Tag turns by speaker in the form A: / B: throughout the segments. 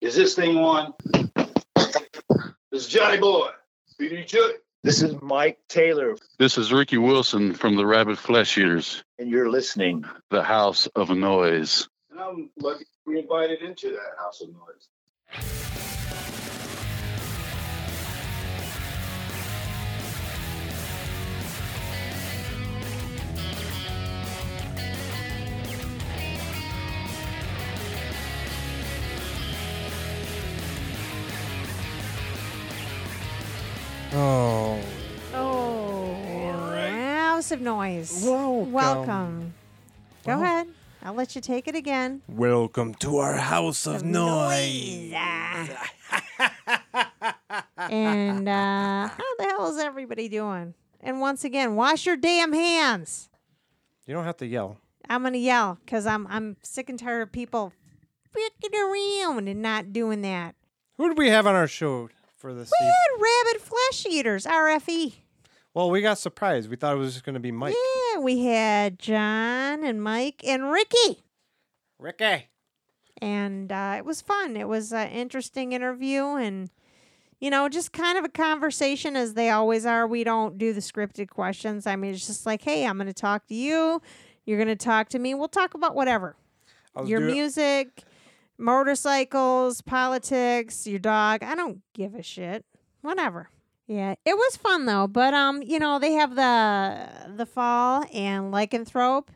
A: Is this thing on? This is Johnny Boy. BD Chuck.
B: This is Mike Taylor,
C: This is Ricky Wilson from the Rabbit Flesh Eaters,
B: and you're listening.
C: the House of Noise.
A: And I'm lucky to be invited into that house of noise.
D: Oh.
E: Oh, House of Noise.
D: Welcome.
E: Welcome. Go ahead. I'll let you take it again.
D: Welcome to our house of noise.
E: And uh, how the hell is everybody doing? And once again, wash your damn hands.
D: You don't have to yell.
E: I'm gonna yell because I'm I'm sick and tired of people freaking around and not doing that.
D: Who do we have on our show for this?
E: We
D: eve-
E: had rabbit flesh eaters, E. RFE.
D: Well, we got surprised. We thought it was just going to be Mike.
E: Yeah, we had John and Mike and Ricky.
D: Ricky.
E: and uh, it was fun. It was an interesting interview, and you know, just kind of a conversation as they always are. We don't do the scripted questions. I mean, it's just like, hey, I'm going to talk to you. You're going to talk to me. We'll talk about whatever
D: I was
E: your
D: doing-
E: music, motorcycles, politics, your dog. I don't give a shit. Whatever. Yeah, it was fun though. But um, you know, they have the the fall and lycanthrope.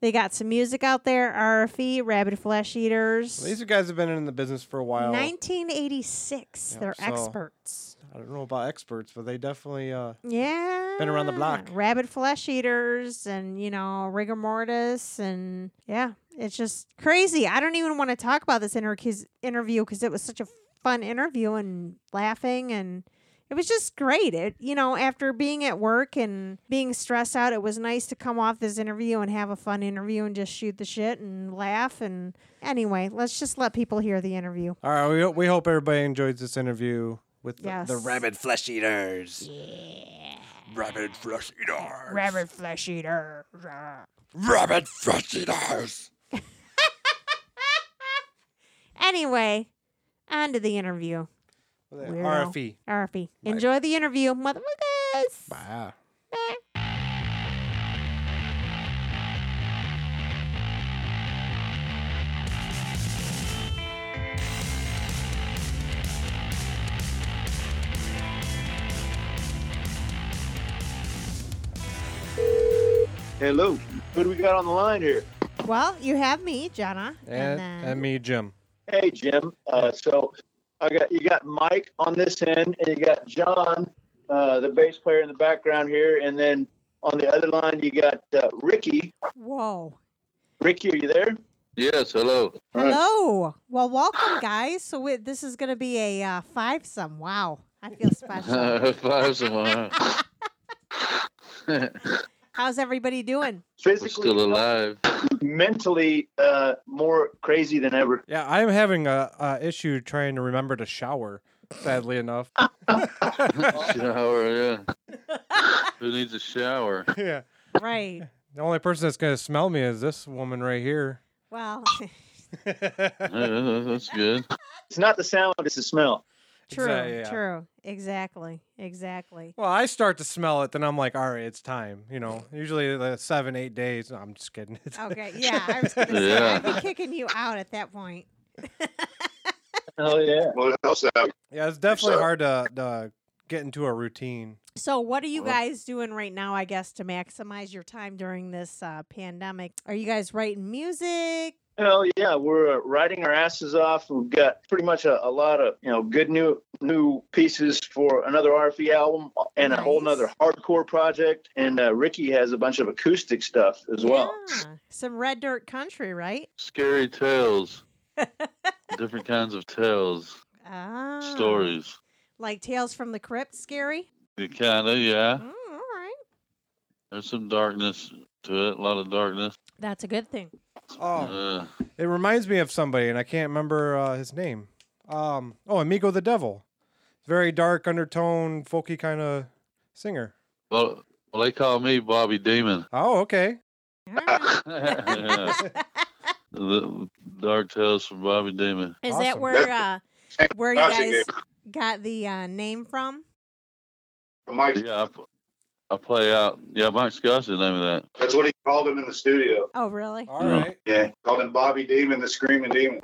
E: They got some music out there. RFE, Rabid Flesh Eaters.
D: These guys have been in the business for a while.
E: 1986.
D: Yep,
E: They're
D: so-
E: experts.
D: I don't know about experts, but they definitely. Uh,
E: Yeah.
D: around the block.
E: Rabid flesh eaters and, you know, rigor mortis. And yeah, it's just crazy. I don't even want to talk about this inter- 'cause- interview because it was such a fun interview and laughing. And it was just great. It, you know, after being at work and being stressed out, it was nice to come off this interview and have a fun interview and just shoot the shit and laugh. And anyway, let's just let people hear the interview.
D: all right. We, we hope everybody enjoys this interview with the,
E: Yes.
D: the rabbit flesh eaters.
E: Yeah.
D: Rabbit flesh eaters.
E: Rabid flesh eater.
D: Rabbit flesh eaters.
E: Anyway, on to the interview. Weirdo.
D: RFE.
E: RFE. Enjoy the interview, motherfuckers.
D: Bye.
A: Hello. Who do we got on the line here?
E: Well, you have me, Jenna.
D: And,
E: then
D: and me, Jim.
B: Hey, Jim. Uh, so I got you got Mike on this end, and you got John, uh, the bass player in the background here, and then on the other line you got uh, Ricky.
E: Whoa.
B: Ricky, are you there?
C: Yes, hello.
B: All right.
E: Hello. Well, welcome, guys. So we, this is going to be a uh, five some. Wow. I feel special.
C: Five's a while. We're
E: How's everybody doing?
B: Physically,
C: still alive.
B: mentally, uh, more crazy than ever.
D: Yeah, I'm having a, a issue trying to remember to shower. Sadly enough.
E: Ah.
C: Shower, yeah. Who needs a shower?
D: yeah.
E: Right.
D: The only person that's gonna smell me is this woman right here.
E: Well,
C: Uh, that's good.
B: It's not the sound; it's the smell.
E: true.
D: Exactly, yeah.
E: True. Exactly. Exactly.
D: Well, I start to smell it, then I'm like, all right, it's time. You know, usually the seven, eight days. No, I'm just kidding. It's-
E: Okay. Yeah. I was going to say,
C: Yeah.
E: I'd be kicking you out at that point.
B: Oh yeah.
A: What else out?
D: Yeah, it's definitely
A: Sure.
D: hard to, to get into a routine.
E: So, what are you
C: Well-
E: guys doing right now, I guess, to maximize your time during this uh, pandemic? Are you guys writing music?
B: Well, yeah, we're uh, riding our asses off. We've got pretty much a, a lot of you know good new new pieces for another RFE album and a whole
E: Nice.
B: nother hardcore project. And uh, Ricky has a bunch of acoustic stuff as well.
E: Yeah. Some red dirt country, right?
C: Scary tales. Different kinds of tales,
E: Ah,
C: stories.
E: Like Tales from the Crypt, scary?
C: Kind of, yeah.
E: Mm, all right.
C: There's some darkness to it, a lot of darkness.
E: That's a good thing.
D: Oh,
C: Uh,
D: it reminds me of somebody, and I can't remember uh, his name. Um, oh, Amigo the Devil, very dark undertone, folky kind of singer.
C: well, well, they call me Bobby Demon.
D: Oh, okay.
E: All right.
C: The Dark Tales from Bobby Damon.
E: Is that
D: Awesome.
E: where uh, where you
A: That's a
E: guys got the uh, name from?
A: Mike,
C: Yeah, I, pl- I play out. Yeah, Mike Scott's the name of that.
A: that's what he called him in the studio.
E: Oh, really?
D: All right.
A: Yeah, called him Bobby Demon, the Screaming Demon.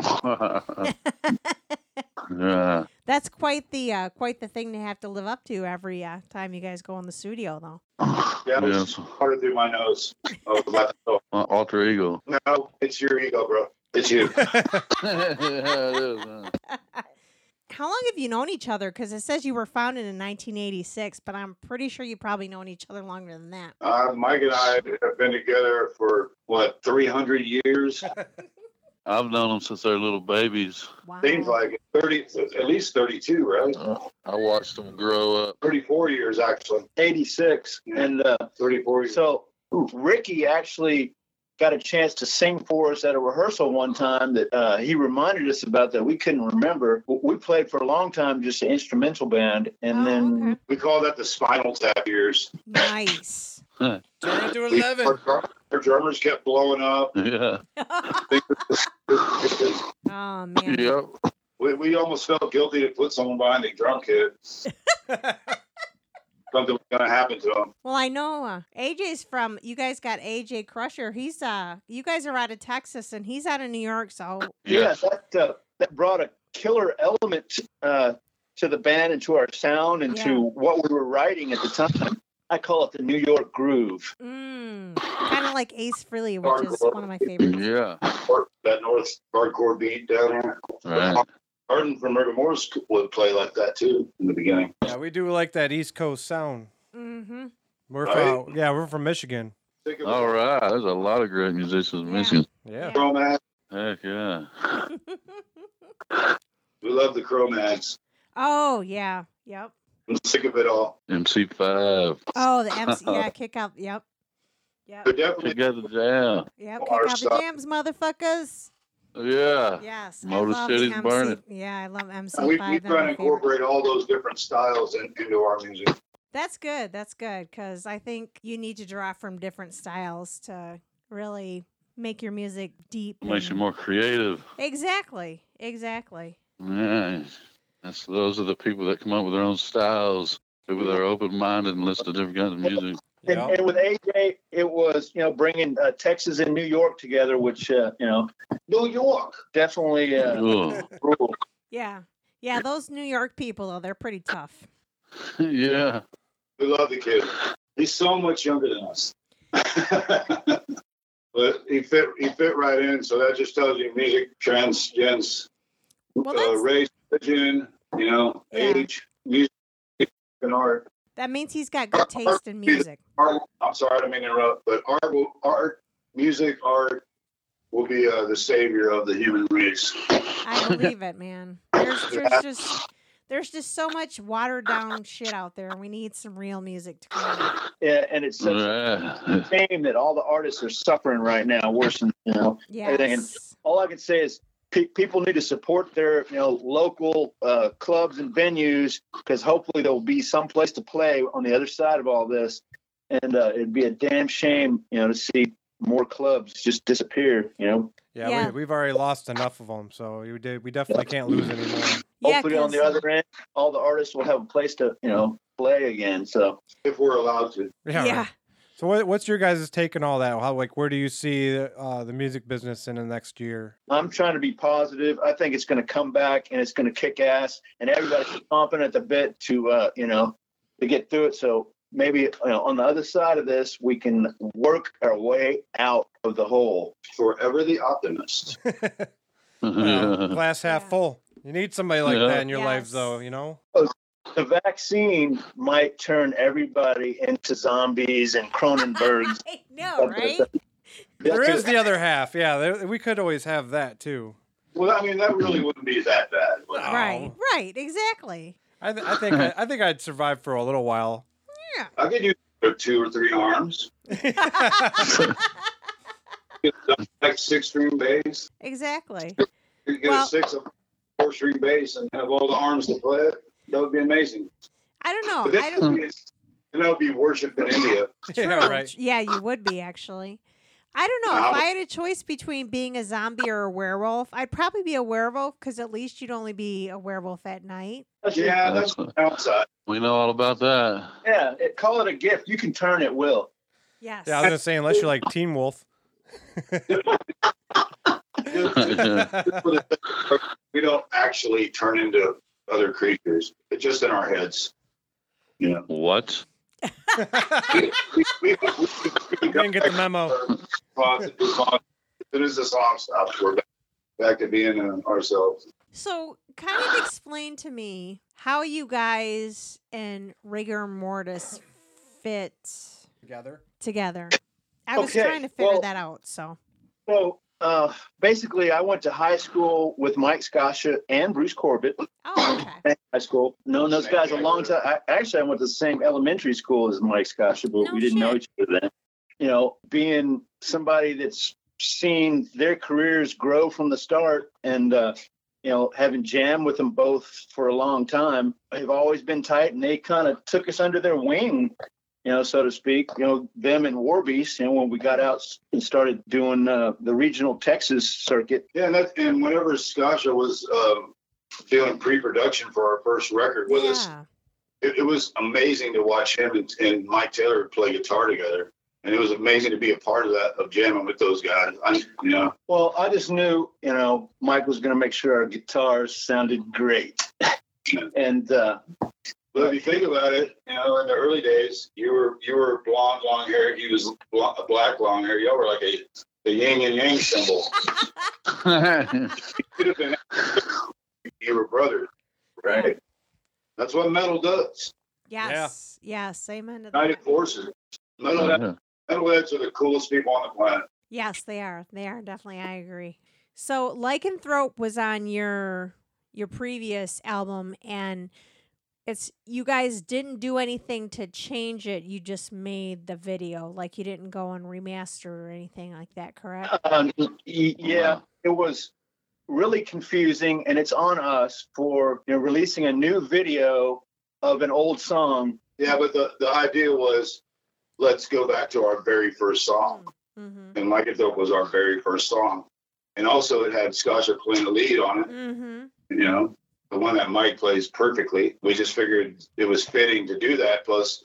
C: yeah,
E: That's quite the uh, quite the thing to have to live up to every uh, time you guys go in the studio, though.
A: Yeah, it was
C: yes,
A: harder through my nose. Oh, the left door.
C: my alter ego.
A: No, it's your ego, bro. It's you.
C: yeah, it is, huh?
E: How long have you known each other? Because it says you were founded in 1986, but I'm pretty sure you probably known each other longer than that.
A: Uh, Mike and I have been together for what 300 years.
C: I've known them since they're little babies.
E: Wow.
A: Seems like it. 30, at least 32, right?
C: I watched them grow up.
A: 34 years actually.
B: 86. And uh,
A: 34 years.
B: so Ricky actually got a chance to sing for us at a rehearsal one time that uh, he reminded us about that we couldn't remember. We played for a long time just an instrumental band, and
E: Oh,
B: then
E: okay.
A: We call that the spinal tap years.
E: nice.
D: Turn it to
A: We-
D: eleven.
A: Our, drum- our drummers kept blowing up.
C: Yeah.
E: Oh man.
C: Yep.
A: We, we almost felt guilty to put someone behind the drum kit. Something was going to happen to him.
E: Well, I know uh, AJ's from. You guys got AJ Crusher. He's uh, you guys are out of Texas and he's out of New York. So
B: yeah,
C: Yes.
B: that uh, that brought a killer element uh, to the band and to our sound and
E: Yeah.
B: to what we were writing at the time. I call it the New York groove.
E: mm, kind of like Ace Frehley, which is one of my favorites.
C: Yeah.
A: Or that North hardcore beat down here.
C: Right.
A: Arden from Rigor Mortis would play like that too in the beginning.
D: yeah, we do like that East Coast sound.
E: Mm-hmm.
D: We're
A: Right.
D: from yeah, we're from Michigan.
A: Think of
C: All right. There's a lot of great musicians in
E: Yeah.
C: Michigan.
D: Yeah.
A: Cro-Mags.
C: Heck yeah.
A: We love the Cro-Mags.
E: oh yeah. Yep.
A: I'm sick of it all.
C: MC5.
E: Oh, the MC. Yeah, kick out. Yep. Yep.
A: They're definitely
C: Check out the jam.
E: Yep.
A: Oh,
E: Kick
A: our
E: out the
A: stuff.
E: jams, motherfuckers.
C: Yeah.
E: Yes.
C: Motor
E: I love
C: City's
E: MC.
C: burning.
E: Yeah, I love MC5.
A: we, we
E: They're
A: try
E: my
A: to
E: favorite.
A: incorporate all those different styles in, into our music.
E: That's good. That's good because I think you need to draw from different styles to really make your music deep.
C: Makes you
E: and-
C: more creative.
E: Exactly. Exactly.
C: Yeah. That's those are the people that come up with their own styles. People that are open minded and listen to different kinds of music.
B: And,
D: Yeah.
B: and with AJ, it was you know bringing uh, Texas and New York together, which uh, you know
A: New York.
B: definitely uh,
C: Cool.
B: ruled.
E: Yeah. Yeah. Those New York people, though, they're pretty tough.
C: yeah.
A: We love the kid. He's so much younger than us. but he fit he fit right in, so that just tells you music, transgens,
E: Well,
A: uh,
E: that's,
A: race, religion, you know,
E: Yeah.
A: age, music and art.
E: that means he's got good taste in music.
A: art I'm sorry, I didn't mean to interrupt, but art will art music, art will be uh, the savior of the human race.
E: I believe it, man. There's, there's just there's just so much watered down shit out there, and we need some real music to come. out.
B: yeah, and it's such
C: Right.
B: a shame that all the artists are suffering right now, worse than you know. think
E: Yes.
B: all I can say is pe- people need to support their you know local uh, clubs and venues because hopefully there will be some place to play on the other side of all this, and uh, it'd be a damn shame you know to see more clubs just disappear. You know,
D: Yeah,
E: Yeah.
D: We, we've already lost enough of them, so we did. We definitely can't lose anymore.
E: Yeah,
B: hopefully on the
E: 'cause-
B: other end, all the artists will have a place to you know play again. So
A: If we're allowed to.
D: Yeah.
E: yeah.
D: right. So what, what's your guys' take on all that? How like where do you see uh, the music business in the next year?
B: I'm trying to be positive. I think it's going to come back and it's going to kick ass, and everybody's chomping at the bit to, uh, you know, to get through it. So maybe you know, on the other side of this, we can work our way out of the hole.
A: Forever the optimist.
D: You know, glass half
E: Yeah.
D: full. You need somebody like
C: Yeah.
D: that in your life, though.
E: Yes.
D: You know.
B: The vaccine might turn everybody into zombies and Cronenbergs.
E: I know, right?
D: There is the other half. Yeah, there, we could always have that too.
A: Well, I mean, that really wouldn't be that bad. would it?
E: Right,
D: Oh.
E: right, exactly.
D: I, th- I think I, I think I'd survive for a little while.
A: I could use two or three arms, like six string bass.
E: exactly.
A: You could get
E: Well-
A: a six of four string bass and have all the arms to play it. That would be amazing.
E: I don't
A: But
E: know. Oh, I
A: then
E: don't
A: that would be worship in India.
D: yeah, right.
E: Yeah, you would be actually. I don't know.
A: I
E: If
A: would-
E: I had a choice between being a zombie or a werewolf, I'd probably be a werewolf because at least you'd only be a werewolf at night.
B: Yeah,
A: Yeah, that's
C: That's-
A: outside.
C: We know all about that.
B: yeah. It, call it a gift. You can turn it will.
E: Yes.
D: Yeah, I was gonna say unless you're like Teen Wolf.
A: We don't actually turn into other creatures. It's just in our heads. You know,
C: What?
D: Didn't
A: we, we, we, we
D: get the memo.
A: As soon as this off stops, we're back, back to being uh, ourselves.
E: So, kind of explain to me how you guys and rigor mortis fit
D: Together.
E: together. I was
B: Okay,
E: trying to figure
B: well-
E: that out. So,
B: So uh, basically, I went to high school with Mike Scascia and Bruce Corbett.
E: oh, okay.
B: High school, known those guys a long time. I, actually, I went to the same elementary school as Mike Scascia, but
E: No
B: we didn't know
E: shit.
B: each other then. You know, being somebody that's seen their careers grow from the start and, uh, you know, having jammed with them both for a long time, have always been tight, and they kind of took us under their wing you know, so to speak, you know, them and Warbeast, you know, when we got out and started doing uh, the regional Texas circuit.
A: Yeah, and, that, and whenever Scotcha was um, doing pre-production for our first record with us,
E: Yeah.
A: it, it was amazing to watch him and, and Mike Taylor play guitar together. And it was amazing to be a part of that, of jamming with those guys. I, you know,
B: Well, I just knew, you know, Mike was going to make sure our guitars sounded great. and uh,
A: but if you think about it, you know, in the early days, you were you were blonde long hair, he was bl- black long hair. Y'all were like a the yin and yang symbol. Could have been you were brothers, right? That's what metal does.
E: Yes. Yes. Amen to that.
A: United forces. Metal metalheads are the coolest people on the planet.
E: Yes, they are. They are definitely. I agree. So, Lycanthrope was on your your previous album, and it's you guys didn't do anything to change it. You just made the video, like you didn't go and remaster or anything like that. Correct?
B: um, y- yeah, it was really confusing. And it's on us for you know, releasing a new video of an old song.
A: Yeah, but the, the idea was let's go back to our very first song.
E: Mm-hmm.
A: And Like It Dope was our very first song. And also it had Scotcha playing the lead on it,
E: Mm-hmm.
A: you know, the one that Mike plays perfectly. We just figured it was fitting to do that. Plus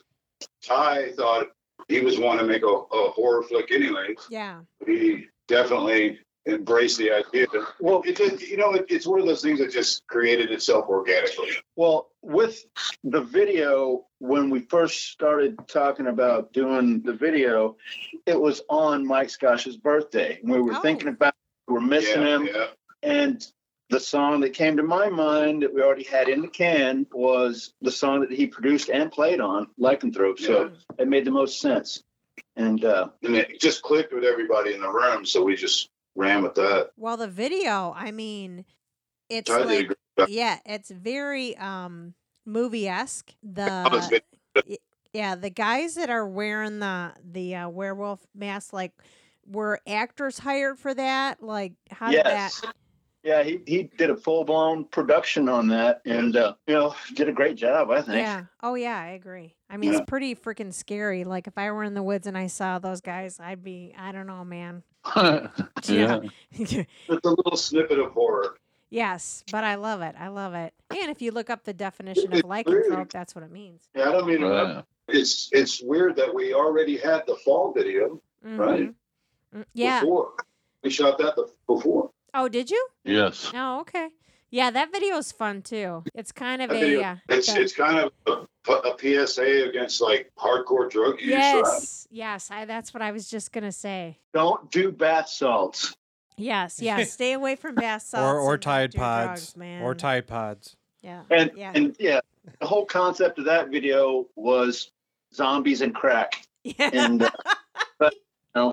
A: Ty thought he was wanting to make a, a horror flick anyway.
E: Yeah.
A: We definitely embraced the idea.
B: Well,
A: It just, you know, it, it's one of those things that just created itself organically.
B: Well, with the video, when we first started talking about doing the video, it was on Mike Scosh's birthday. And we were
E: Oh.
B: thinking about we were missing
A: yeah,
B: him.
A: yeah.
B: And the song that came to my mind that we already had in the can was the song that he produced and played on, Lycanthrope. So it made the most sense. And uh,
A: and it just clicked with everybody in the room. So we just ran with that.
E: Well, the video. I mean, it's
A: I did
E: like
A: agree.
E: yeah, it's very um movie esque.
A: Oh, it's
E: The
A: been-
E: Yeah, the guys that are wearing the the uh, werewolf mask, like, were actors hired for that? Like, how did
B: yes.
E: that?
B: Yeah, he, he did a full blown production on that and, uh, you know, did a great job, I think.
E: Yeah. Oh yeah, I agree. I mean, it's pretty freaking scary. Like, if I were in the woods and I saw those guys, I'd be, I don't know, man.
C: yeah.
A: it's a little snippet of horror.
E: yes, but I love it. I love it. And if you look up the definition of
A: It's weird.
E: lycanthrope, that's what it means.
A: Yeah, I don't mean
C: Right.
A: it's it's weird that we already had the fall video Right.
E: Mhm. Mm, Yeah.
A: before. We shot that the, before.
E: Oh, did you?
C: Yes.
E: Oh, okay. Yeah, that video is fun too. It's kind of
A: That
E: a
A: video-
E: yeah.
A: It's
E: the-
A: it's kind of a, a PSA against like hardcore drug use. right?
E: Yes, yes. I, that's what I was just gonna say.
B: Don't do bath salts.
E: Yes, yes. Stay away from bath salts
D: Or or
E: and
D: Tide
E: don't do drugs,
D: Pods.
E: man.
D: Or Tide Pods.
E: Yeah,
B: And
E: Yeah.
B: yeah. and yeah, the whole concept of that video was zombies and crack.
E: yeah.
B: And uh, but you know,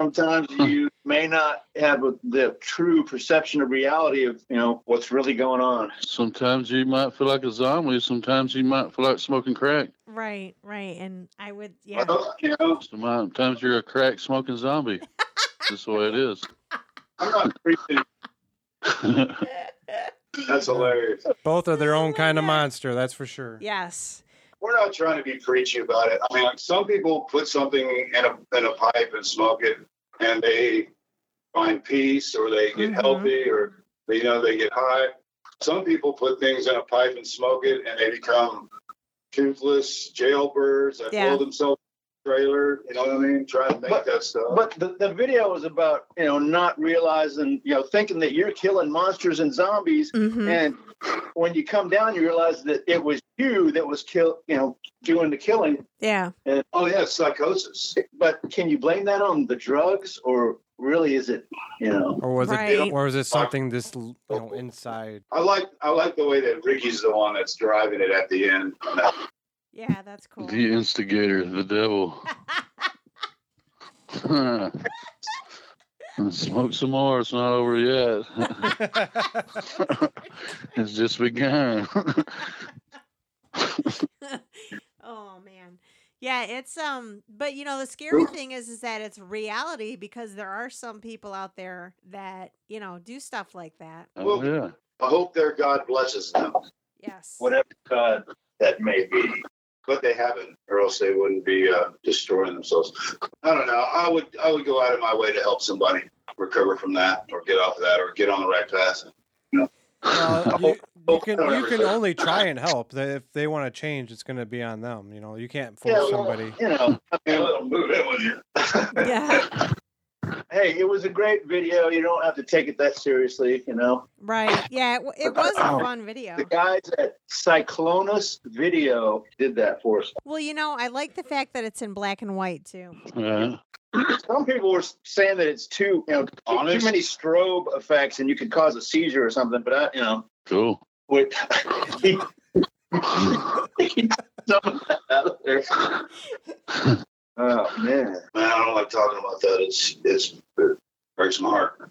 B: sometimes you may not have a, the true perception of reality of you know what's really going on.
C: Sometimes you might feel like a zombie. Sometimes you might feel like smoking crack.
E: right, right. And I would, yeah,
A: Well, you know,
C: Sometimes you're a crack smoking zombie. That's the way it is.
A: I'm not preaching. That's hilarious.
D: Both are their
E: Oh
D: own
E: my
D: kind of
E: God.
D: monster, that's for sure.
E: yes,
A: We're not trying to be preachy about it. I mean, like, some people put something in a in a pipe and smoke it. and they find peace or they get
B: Mm-hmm.
E: Mhm.
A: healthy or they, you know they get high. Some people put things in a pipe and smoke it and they become toothless jailbirds that
E: Yeah.
A: pull themselves in a trailer. You know what I mean? Try to make
B: But-
A: that stuff.
B: But the, the video was about, you know, not realizing, you know, thinking that you're killing monsters and zombies.
E: Mm-hmm.
B: And when you come down, you realize that it was you that was kill, you know, doing the killing.
E: Yeah.
B: And
A: oh yeah, psychosis.
B: but can you blame that on the drugs, or really is it, you know?
D: Or was
E: Right.
D: it or was it something this l- you know inside?
A: I like I like the way that Ricky's the one that's driving it at the end.
E: Yeah, that's cool.
C: The instigator, the devil. Smoke some more. It's not over yet. it's just begun.
E: oh man. Yeah, it's um but you know the scary thing is is that it's reality because there are some people out there that, you know, do stuff like that.
C: oh yeah.
A: I hope their God blesses them,
E: Yes.
B: Whatever God that may be.
A: but they haven't, or else they wouldn't be uh, destroying themselves. I don't know. I would I would go out of my way to help somebody recover from that, or get off of that, or get on the right path.
D: Well, you, you can
A: I
D: you
A: remember
D: can
A: that.
D: only try and help. They- If they want to change, it's going to be on them. You know, you can't force
B: Yeah, well,
D: somebody.
B: You know,
A: And it'll move in with you.
E: Yeah.
B: hey, it was a great video. You don't have to take it that seriously, you know.
E: Right. Yeah, it, wa- it was a fun video.
B: The guys at Cyclonus Video did that for us.
E: Well, you know, I like the fact that it's in black and white too.
C: Yeah.
B: Some people were saying that it's too, you know, too,
A: Honest?
B: too many strobe effects and you could cause a seizure or something. But I, you know,
C: Cool.
B: would keep some of that out of there. Oh man,
A: Man, I don't like talking about that. It's it's it breaks my heart.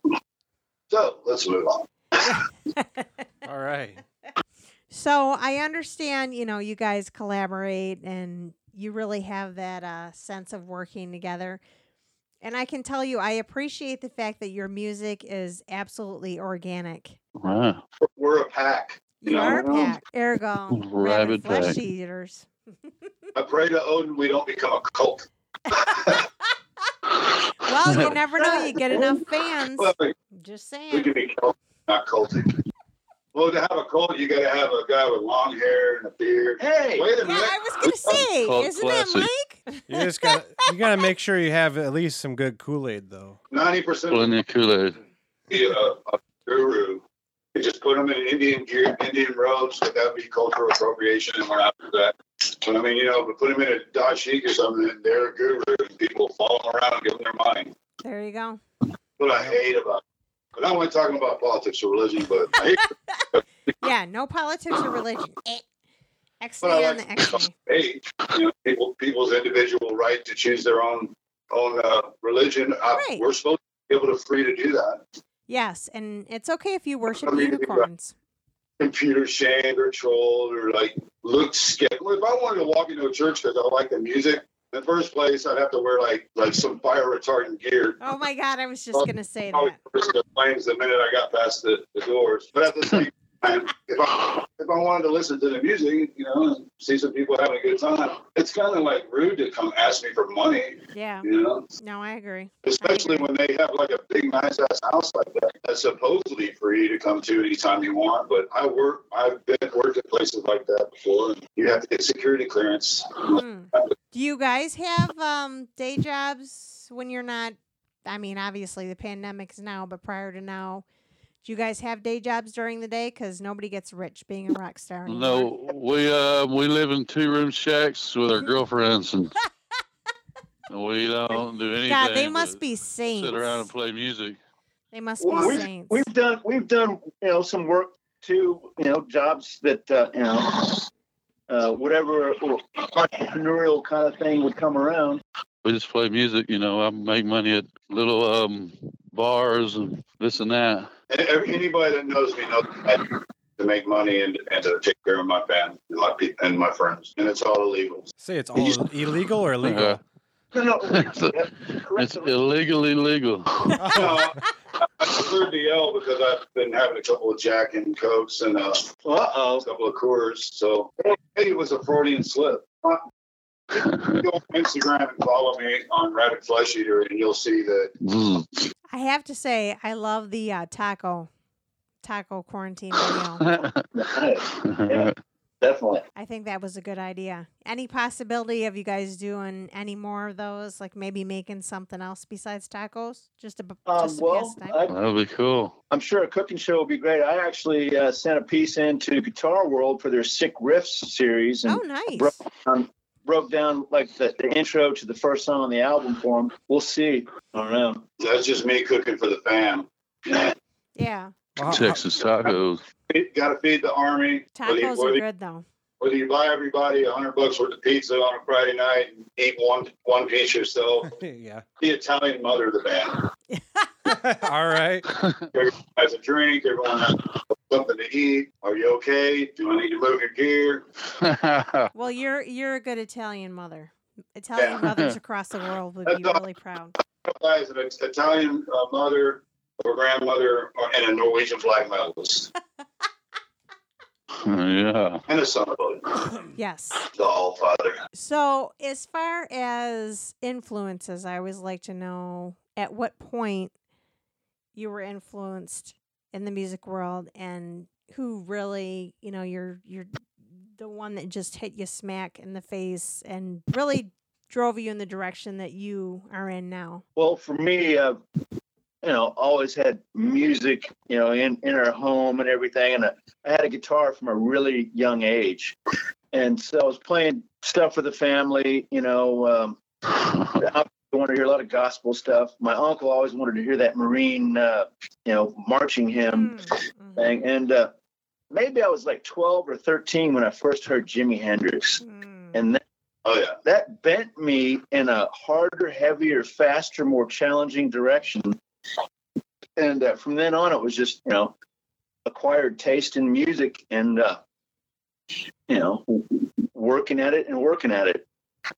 A: So let's move on.
D: All right.
E: So I understand, you know, you guys collaborate and you really have that uh, sense of working together. And I can tell you, I appreciate the fact that your music is absolutely organic.
C: Wow.
A: We're a pack.
E: You
A: Yeah.
E: are a pack, ergo,
C: Rabid
E: rabid flesh
C: pack.
E: eaters.
A: I pray to Odin we don't become a cult.
E: Well, you never know. You get enough fans.
A: Well,
E: Just
A: We
E: saying.
A: can be cult, not culty. Well, to have a cult, you got to have a guy with long hair and a beard.
B: hey,
A: Wait a
E: Yeah,
A: minute.
E: I was gonna say,
C: Called
E: isn't that
C: classic.
E: Mike?
D: You just got you got to make sure you have at least some good Kool Aid though.
A: Ninety percent of
C: Plenty of Kool-Aid.
A: the uh, a guru, they just put them in Indian gear, Indian robes. Would that be cultural appropriation? And we're not for that. But I mean, you know, but put them in a dashik or something, and they're a guru. And people follow them around and give them their money.
E: There you go.
A: What I hate about. But I wasn't talking about politics or religion, but I hate,
E: Yeah, no politics or religion. Eh. X
A: Well, I
E: on
A: like-
E: the X.
A: hate you know, people, people's individual right to choose their own own uh, religion. I,
E: Right.
A: We're supposed to be able to free to do that.
E: Yes, and it's okay if you worship
A: I mean, if you got-
E: unicorns.
A: computer shamed or trolled or like looked skeptical. If I wanted to walk into a church because I like the music, in the first place I'd have to wear like like some fire retardant gear.
E: Oh my god, I was just
A: Well, oh,
E: gonna say
A: Probably
E: that.
A: the person that flames the minute I got past the, the doors. But at the same time, if I if I wanted to listen to the music, you know, and see some people having a good time, it's kind of like rude to come ask me for money,
E: Yeah.
A: you know,
E: No, I agree.
A: especially when they have like a big nice ass house like that that's supposedly free to come to anytime you want but i work i've been worked at places like that before and you have to get security clearance
E: Hmm. Do you guys have um day jobs when you're not I mean, obviously the pandemic's now, but prior to now, do you guys have day jobs during the day? Because nobody gets rich being a rock star. Anymore.
C: No, we uh, we live in two room shacks with our girlfriends, and we don't do anything.
E: God, they
C: but
E: must be saints.
C: sit around and play music.
E: They must
B: Well,
E: be
B: we've-
E: saints.
B: we've done we've done you know some work too, you know, jobs that uh, you know. Uh, whatever entrepreneurial kind of thing would come around.
C: We just play music, you know. I make money at little um bars and this and that.
A: and every, anybody that knows me knows I do to make money and, and to take care of my family and my, pe- and my friends and it's all illegal
D: Say it's all illegal or
C: Uh,
D: legal.
B: No, no,
C: it's, it's illegally legal.
D: Oh,
A: No, I cleared the L because I've been having a couple of Jack and Cokes and uh,
B: Uh oh.
A: a couple of Coors. So hey, it was a Freudian slip. Go on Instagram and follow me on Rabbit Flesh Eater, and you'll see that
E: I have to say, I love the uh, taco, taco quarantine video.
B: Yeah. Definitely.
E: I think that was a good idea. Any possibility of you guys doing any more of those? Like maybe making something else besides tacos? Just a, b-
B: Um,
A: Uh,
E: just a Oh,
B: well,
E: pastime?
B: I,
C: That'll be cool.
B: I'm sure a cooking show would be great. I actually uh, sent a piece into Guitar World for their Sick Riffs series and
E: oh, nice.
B: bro- broke down like the, the intro to the first song on the album for them. We'll see. I don't know.
A: that's just me cooking for the fam.
E: yeah.
D: Well, how-
C: Texas tacos.
A: Got to feed the army. Whether you-
E: Tacos
A: whether
E: are
A: you-
E: good, though.
A: whether you buy everybody a hundred bucks worth of pizza on a Friday night and eat one one piece yourself,
D: yeah.
A: the Italian mother of the band
D: All right.
A: has a drink. Everyone has something to eat. Are you okay? Do I need to move your gear?
E: Well, you're you're a good Italian mother. Italian mothers across the world would be
A: That's all.
E: really proud.
A: Guys, an Italian uh, mother or grandmother or- and a Norwegian flag medalist
C: yeah.
A: and a son of a
E: Yes.
A: the All Father.
E: So, as far as influences, I always like to know at what point you were influenced in the music world and who really, you know, you're you're the one that just hit you smack in the face and really drove you in the direction that you are in now.
B: Well, for me, I've you know always had music, you know, in in our home and everything, and I, I had a guitar from a really young age, and so I was playing stuff for the family. You know, um, I wanted to hear a lot of gospel stuff. My uncle always wanted to hear that Marine, uh, you know, marching
A: Um,
B: hymn
E: Mm, mhm,
B: thing, and uh, maybe I was like twelve or thirteen when I first heard Jimi Hendrix,
E: mm.
B: and
A: Oh yeah,
B: that bent me in a harder, heavier, faster, more challenging direction. And uh, from then on, it was just you know acquired taste in music and uh, you know working at it and working at it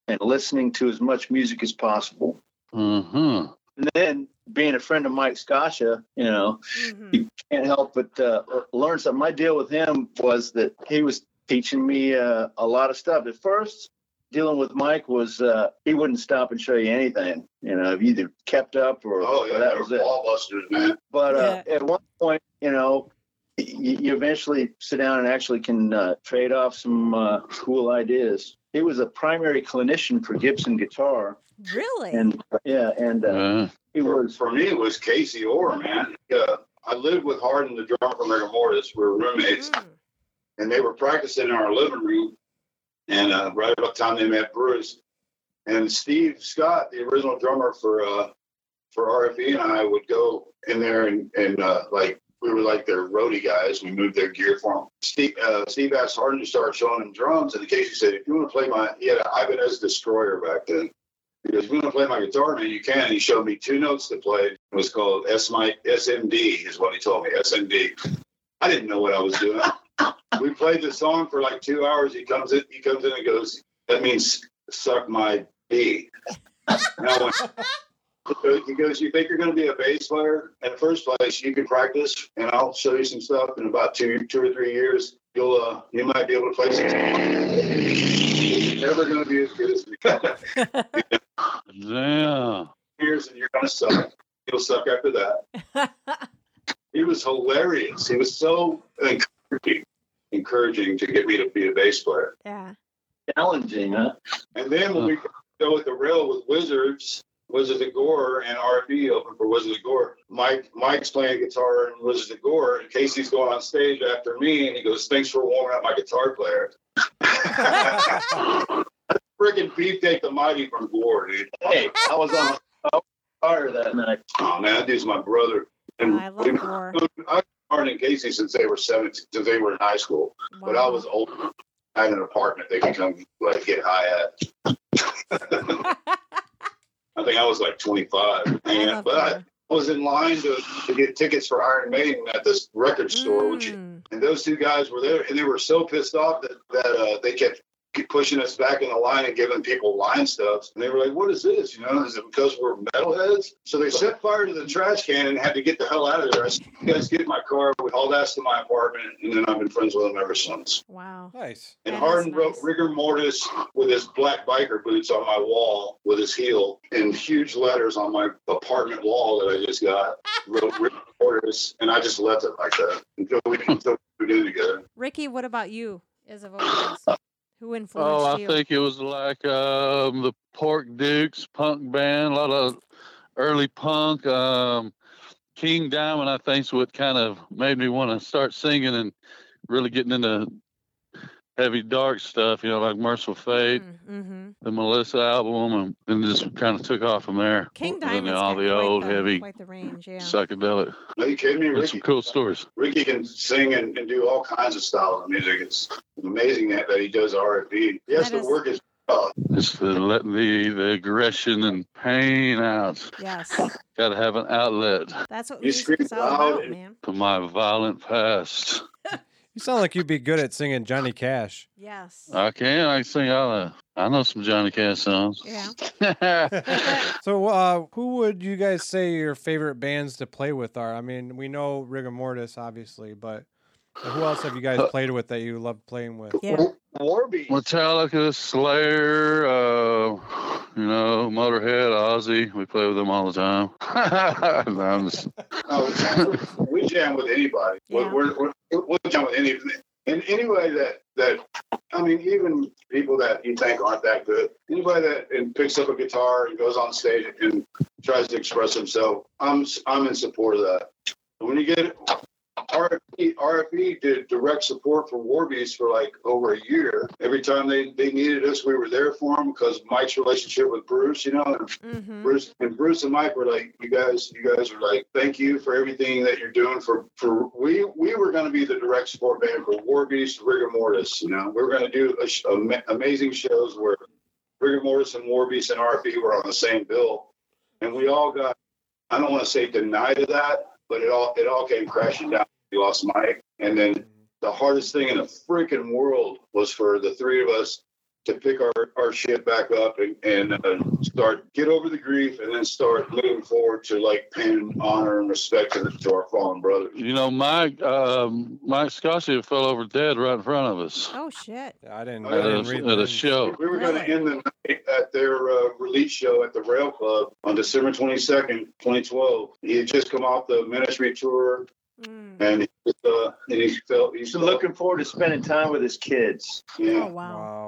B: and listening to as much music as possible.
C: hmm
B: And then being a friend of Mike Scascia, you know,
E: Mhm.
B: can't help but uh, learn something. My deal with him was that he was teaching me uh, a lot of stuff. At first, dealing with Mike was uh, he wouldn't stop and show you anything. You know, you either kept up or
A: oh yeah,
B: that
A: they were
B: was it.
A: ballbusters, man.
B: But uh, at one point, you know, you, you eventually sit down and actually can uh, trade off some uh, cool ideas. He was a primary clinician for Gibson Guitar,
E: Really?
B: and yeah, and uh,
C: Yeah.
B: he
A: For,
B: was
A: for me, it was Casey Orr, man. Uh, I lived with Hardin, the drummer from Rigor Mortis. We were roommates.
E: Mm.
A: and they were practicing in our living room. And uh, right about the time they met Bruce and Steve Scott, the original drummer for uh, for RFE, and I would go in there and and uh, like we were like their roadie guys. We moved their gear for them. Steve uh, Steve asked Harden to start showing him drums, and Casey said, "If you want to play my," he had an Ibanez Destroyer back then. He goes, "If you want to play my guitar, man, you can." And he showed me two notes to play. It was called S my SMD is what he told me. SMD. I didn't know what I was doing we played the song for like two hours. He comes in, he comes in and goes, That means suck my D. And I went, he goes, You think you're gonna be a bass player? In the first place, you can practice and I'll show you some stuff in about two two or three years. You'll uh, you might be able to play some never gonna be as good as me.
C: Yeah.
A: years and you're gonna suck. You'll suck after that. He was hilarious. He was so encouraging, encouraging to get me to be a bass player.
E: yeah.
B: challenging, huh?
A: And then when we go with the rail with Wizards, Wizards of Gore and RFE open for Wizards of Gore. Mike Mike's playing guitar in Wizards of Gore, and Casey's going on stage after me, and he goes, "Thanks for warming up my guitar player." Freaking beefcake the mighty from Gore, dude.
B: Hey, I was on a fire that night.
A: Oh man, that dude's my brother. And
E: I love
A: we-
E: war.
A: I've known and Casey since they were seventeen, since they were in high school. But I
E: Wow.
A: was old. I had an apartment they could come like get high at. I think I was like 25.
E: I
A: And,
E: love
A: but I,
E: war.
A: I was in line to, to get tickets for Iron Maiden at this record store, which
E: Mm.
A: and those two guys were there, and they were so pissed off that that uh, they kept keep pushing us back in the line and giving people line stuffs. And they were like, what is this? You know, is it because we're metalheads? So they set fire to the trash can and had to get the hell out of there. I said, you guys get in my car. We hauled ass to my apartment. And then I've been friends with them ever since.
E: Wow.
D: Nice.
A: And
E: That is
A: Harden wrote
E: nice.
A: rigor mortis with his black biker boots on my wall with his heel and huge letters on my apartment wall that I just got. Wrote rigor mortis. And I just left it like that until we, until we did it together.
E: Ricky, what about you as a vocalist? Who influenced
C: Oh, I
E: you?
C: think it was like um, the Pork Dukes punk band, a lot of early punk. Um, King Diamond, I think, is what kind of made me want to start singing and really getting into heavy dark stuff, you know, like Merciful Fate,
E: Mm-hmm.
C: the Melissa album, and, and just kind of took off from there.
E: King
C: And then
E: Diamond's
C: all
E: got
C: the
E: quite
C: old
E: the,
C: heavy
E: quite the range, yeah.
C: psychedelic.
A: Are you kidding me?
C: And some
A: Ricky,
C: cool stories.
A: Ricky can sing and, and do all kinds of styles of music. It's amazing that, that he does R&B. Yes,
E: That
A: the
E: is-
A: work is
C: It's the letting the, the aggression and pain out.
E: Yes,
C: Got to have an outlet
E: that's what
A: You scream
E: music's all
A: loud
E: about,
A: and-
E: man.
C: for my violent past.
D: You sound like you'd be good at singing Johnny Cash.
E: Yes.
C: I can. I can sing all that. I know some Johnny Cash songs.
E: Yeah.
D: So, uh, who would you guys say your favorite bands to play with are? I mean, we know Rigor Mortis, obviously, but who else have you guys played with that you love playing with?
E: Yeah.
B: Warby.
C: Metallica, Slayer, uh, you know, Motorhead, Ozzy. We play with them all the time. No, I'm just-
A: no, we jam with anybody.
E: Yeah.
A: We're, we're, we're, we'll jam with any in any way that that I mean, even people that you think aren't that good. Anybody that and picks up a guitar and goes on stage and tries to express himself, I'm I'm in support of that. When you get RFP, RFP did direct support for Warbees for like over a year. Every time they, they needed us, we were there for them because Mike's relationship with Bruce, you know, and
E: Mm-hmm.
A: Bruce and Bruce and Mike were like, you guys, you guys were like, thank you for everything that you're doing for for we we were going to be the direct support band for War Beast, Rigor Mortis. You know, we were going to do a, sh- ama- amazing shows where Rigor Mortis and War Beast and RFE were on the same bill, and we all got I don't want to say denied of that, but it all it all came crashing down. We lost Mike, and then the hardest thing in the freaking world was for the three of us to pick our, our shit back up and, and uh, start get over the grief and then start moving forward to like paying honor and respect to, the, to our fallen brothers.
C: you know, Mike, um, Mike Scotty fell over dead right in front of us
E: Oh shit.
D: Yeah, I didn't.
A: Oh,
D: I
C: at a,
D: didn't read the
C: at a
D: news.
C: show.
A: We were going to end the night at their uh, release show at the Rail Club on December 22nd, 2012. He had just come off the ministry tour
E: Mm.
A: and he, was, uh, and he felt he's
B: He's looking forward to spending time with his kids.
E: Oh
A: Yeah.
E: wow.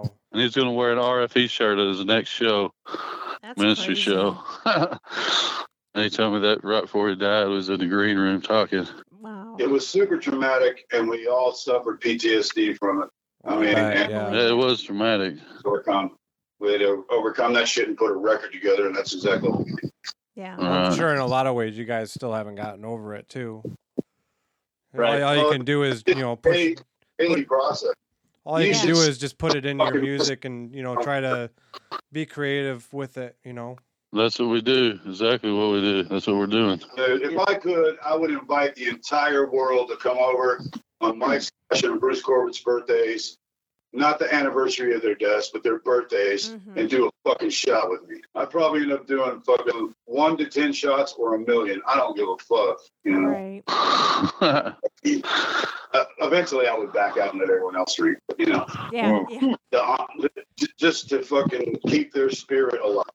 D: Wow.
C: And he's going to wear an RFE shirt at his next show,
E: That's
C: ministry
E: crazy.
C: show. and he told me that right before he died, was in the green room talking.
E: Wow.
A: It was super traumatic and we all suffered PTSD from it. I mean,
D: Right,
A: and-
D: yeah.
C: Yeah, it was dramatic.
A: overcome. We had to overcome that shit and put a record together, and that's exactly what we did.
E: Yeah.
D: I'm
C: Uh,
D: sure in a lot of ways you guys still haven't gotten over it too. And
B: Right.
D: All, all you
A: Well,
D: can do is you know push.
A: Any, any process.
D: All you
A: you
D: can
A: should
D: do
A: s-
D: is just put it in your
A: fucking-
D: music and you know try to be creative with it. You know.
C: That's what we do. Exactly what we do. That's what we're doing.
A: Dude, if I could, I would invite the entire world to come over on Mike's session and Bruce Corbett's birthdays, not the anniversary of their deaths, but their birthdays,
E: Mhm.
C: Mm.
A: and do a fucking shot with me. I'd probably end up doing fucking one to 10 shots or a million. I don't give a fuck. You know,
E: Mm-hmm. Right.
A: uh, eventually I would back out and let everyone else read, but, you know.
E: Yeah.
A: Well, hmm,
E: Yeah.
A: the, uh, just to fucking keep their spirit alive.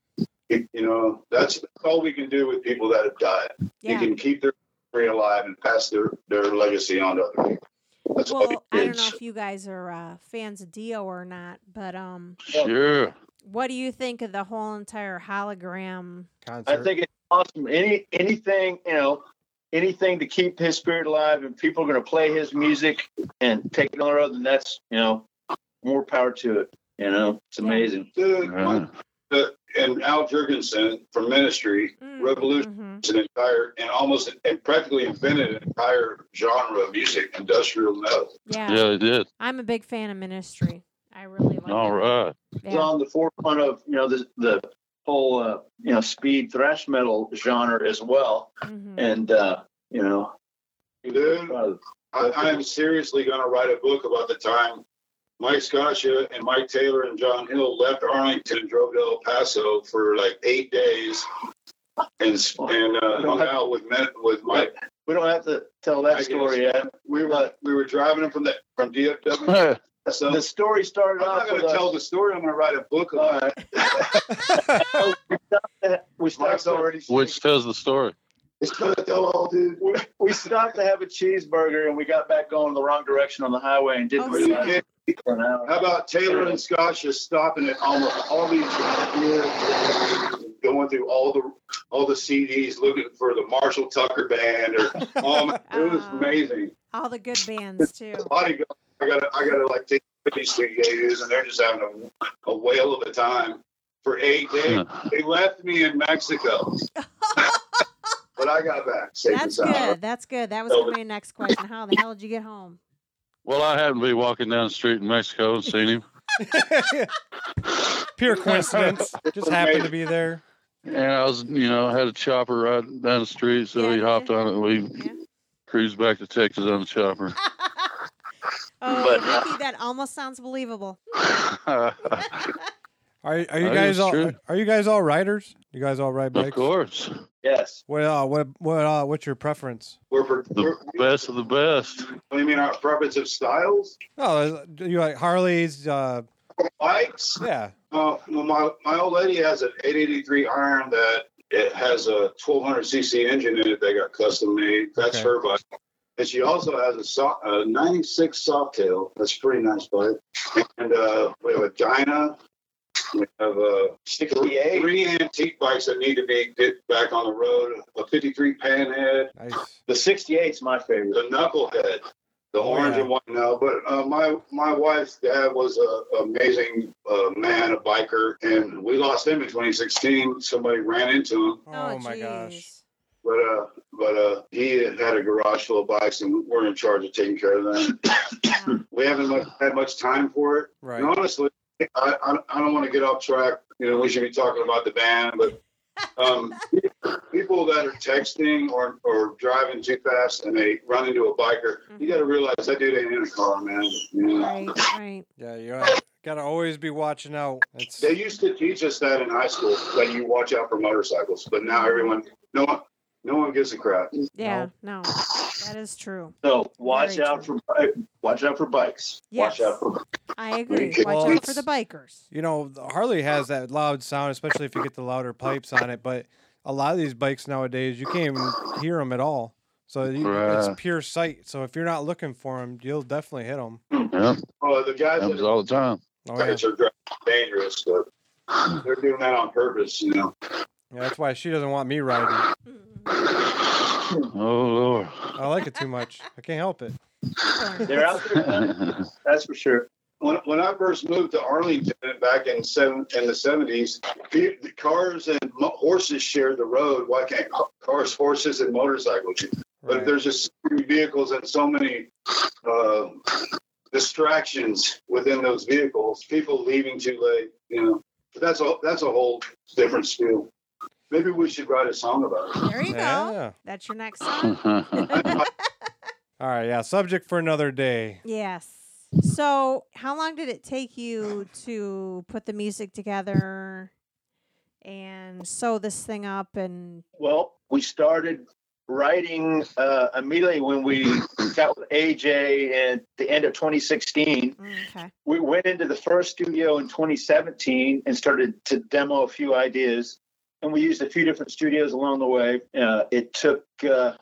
A: You know, that's all we can do with people that have died. You
E: Yeah.
A: can keep their spirit alive and pass their, their legacy on to other people. That's all
E: Well,
A: we
E: I
A: did.
E: don't know if you guys are uh, fans of Dio or not, but um,
C: sure.
E: what do you think of the whole entire hologram?
D: Concert.
B: I think it's awesome. Any anything you know, anything to keep his spirit alive, and people are going to play his music and take it on the road. And that's you know, more power to it. You know, it's amazing.
A: Dude,
C: Yeah.
A: and Al Jurgensen from Ministry
E: Mm,
A: Revolution.
E: mhm.
A: is an entire and almost and practically invented an entire genre of music, industrial metal.
E: Yeah.
C: yeah, it did.
E: I'm a big fan of Ministry. I really like.
C: All
E: it.
C: right.
B: It's
E: Yeah.
B: on the forefront of you know the the whole uh, you know speed thrash metal genre as well.
E: Mhm.
B: And uh, you know,
A: Dude,
B: uh,
A: I, I am seriously going to write a book about the time Mike Scotia and Mike Taylor and John Hill left Arlington and drove to El Paso for like eight days and s- and uh, hung out with men, with Mike.
B: We don't have to tell
A: I
B: that
A: guess.
B: story yet.
A: We were
B: But-
A: we were driving them from the from DFW.
C: yeah,
A: So
B: the story started
A: I'm not
B: off
A: going
B: with
A: to
B: us-
A: tell the story. I'm going to write a book
B: All
A: about it.
B: right. we stopped
A: Mike's
B: to,
A: already.
C: which tells the story.
A: It's gonna tell all, dude.
B: we, we stopped to have a cheeseburger and we got back going the wrong direction on the highway and didn't
E: Oh,
A: Are you
B: realize
E: snap.
A: kidding?
B: it for an hour.
A: How about Taylor and Scotia stopping at almost all these going through all the all the CDs looking for the Marshall Tucker band or um, it was
E: Oh.
A: amazing.
E: All the good bands too.
A: The bodyguard, I gotta I gotta like take these CDs and they're just having a, a whale of a time for eight days. they left me in Mexico. but I got back safe and
E: That's
A: sound.
E: good. That's good. That was
A: Over.
E: my next question. How the hell did you get home?
C: Well, I happened to be walking down the street in Mexico and seen him,
D: Pure coincidence. Just happened to be there.
C: and I was, you know, had a chopper right down the street, so
E: Yeah,
C: we
E: yeah.
C: hopped on it. and We
E: Yeah.
C: cruised back to Texas on the chopper.
E: Oh,
C: But-
B: uh,
E: Ricky, that almost sounds believable.
D: Are are you
C: Oh,
D: guys
C: it's
D: all
C: true.
D: are you guys all riders? You guys all ride bikes?
C: of course,
B: Yes.
D: What uh, what what uh, what's your preference?
A: We're, for-
C: the
A: we're,
C: best of the best.
A: what do you mean our preference of styles?
D: Oh, do you like Harleys? Uh,
A: Bikes?
D: yeah.
A: Uh, well, my, my old lady has an 883 iron that it has a 1200 cc engine in it that got custom made. That's
D: Okay.
A: her bike. And she also has a, so, a 96 Softail. That's a pretty nice bike. And uh, we have a Dyna. We have uh, three antique bikes that need to be get back on the road. A 53 Panhead,
D: Nice.
B: The 68's my favorite.
A: the Knucklehead, the
D: Oh,
A: orange
D: yeah.
A: and one. No, but uh, my my wife's dad was an amazing uh, man, a biker, and we lost him in 2016. Somebody ran into him,
D: Oh, my gosh.
E: jeez.
A: but uh, but uh, he had a garage full of bikes, and we're in charge of taking care of them.
E: Yeah.
A: we haven't much, had much time for it.
D: Right.
A: And honestly, I, I, I don't want to get off track. You know, we should be talking about the band, but um, people that are texting or, or driving too fast and they run into a biker, you got to realize that dude ain't in a car, man. You know?
E: Right, right.
D: Yeah, you got to always be watching out. It's
A: They used to teach us that in high school that you watch out for motorcycles, but now everyone, no one, no one gives a crap.
E: Yeah, no. That is true.
B: So watch
E: Very
B: out for bi- watch out bikes.
E: Yes.
B: Watch out for
E: I agree.
A: Okay.
E: Watch
D: Well,
E: out for
D: it's-
E: the bikers.
D: you know the Harley has that loud sound, especially if you get the louder pipes on it. But a lot of these bikes nowadays, you can't even hear them at all. So you,
C: Right.
D: it's pure sight. So if you're not looking for them, you'll definitely hit them.
C: Yeah,
A: Oh, the guys
C: happens
A: that
C: all the time.
D: Oh, yeah.
A: are driving dangerous, but they're doing that on purpose, you know.
D: yeah, that's why she doesn't want me riding.
E: Mm,
C: Oh
D: I like it too much. I can't help it.
E: darn.
B: They're out there. man.
C: Lord.
B: That's for sure.
A: when, when I first moved to Arlington back in seven in the seventies, the the cars and mo- horses shared the road. Why can't ca- cars, horses, and motorcycles? But
D: Right.
A: there's just so many vehicles and so many uh, distractions within those vehicles. People leaving too late, you know. But that's a that's a whole different spiel. Maybe we should write a song about it.
E: There you go.
D: Yeah.
E: That's your next song.
D: All right. Yeah. Subject for another day.
E: Yes. So, how long did it take you to put the music together and sew this thing up? And
B: Well, we started writing uh, immediately when we got with AJ at the end of 2016.
E: Mm, okay,
B: We went into the first studio in 2017 and started to demo a few ideas. And we used a few different studios along the way. Uh, it took uh,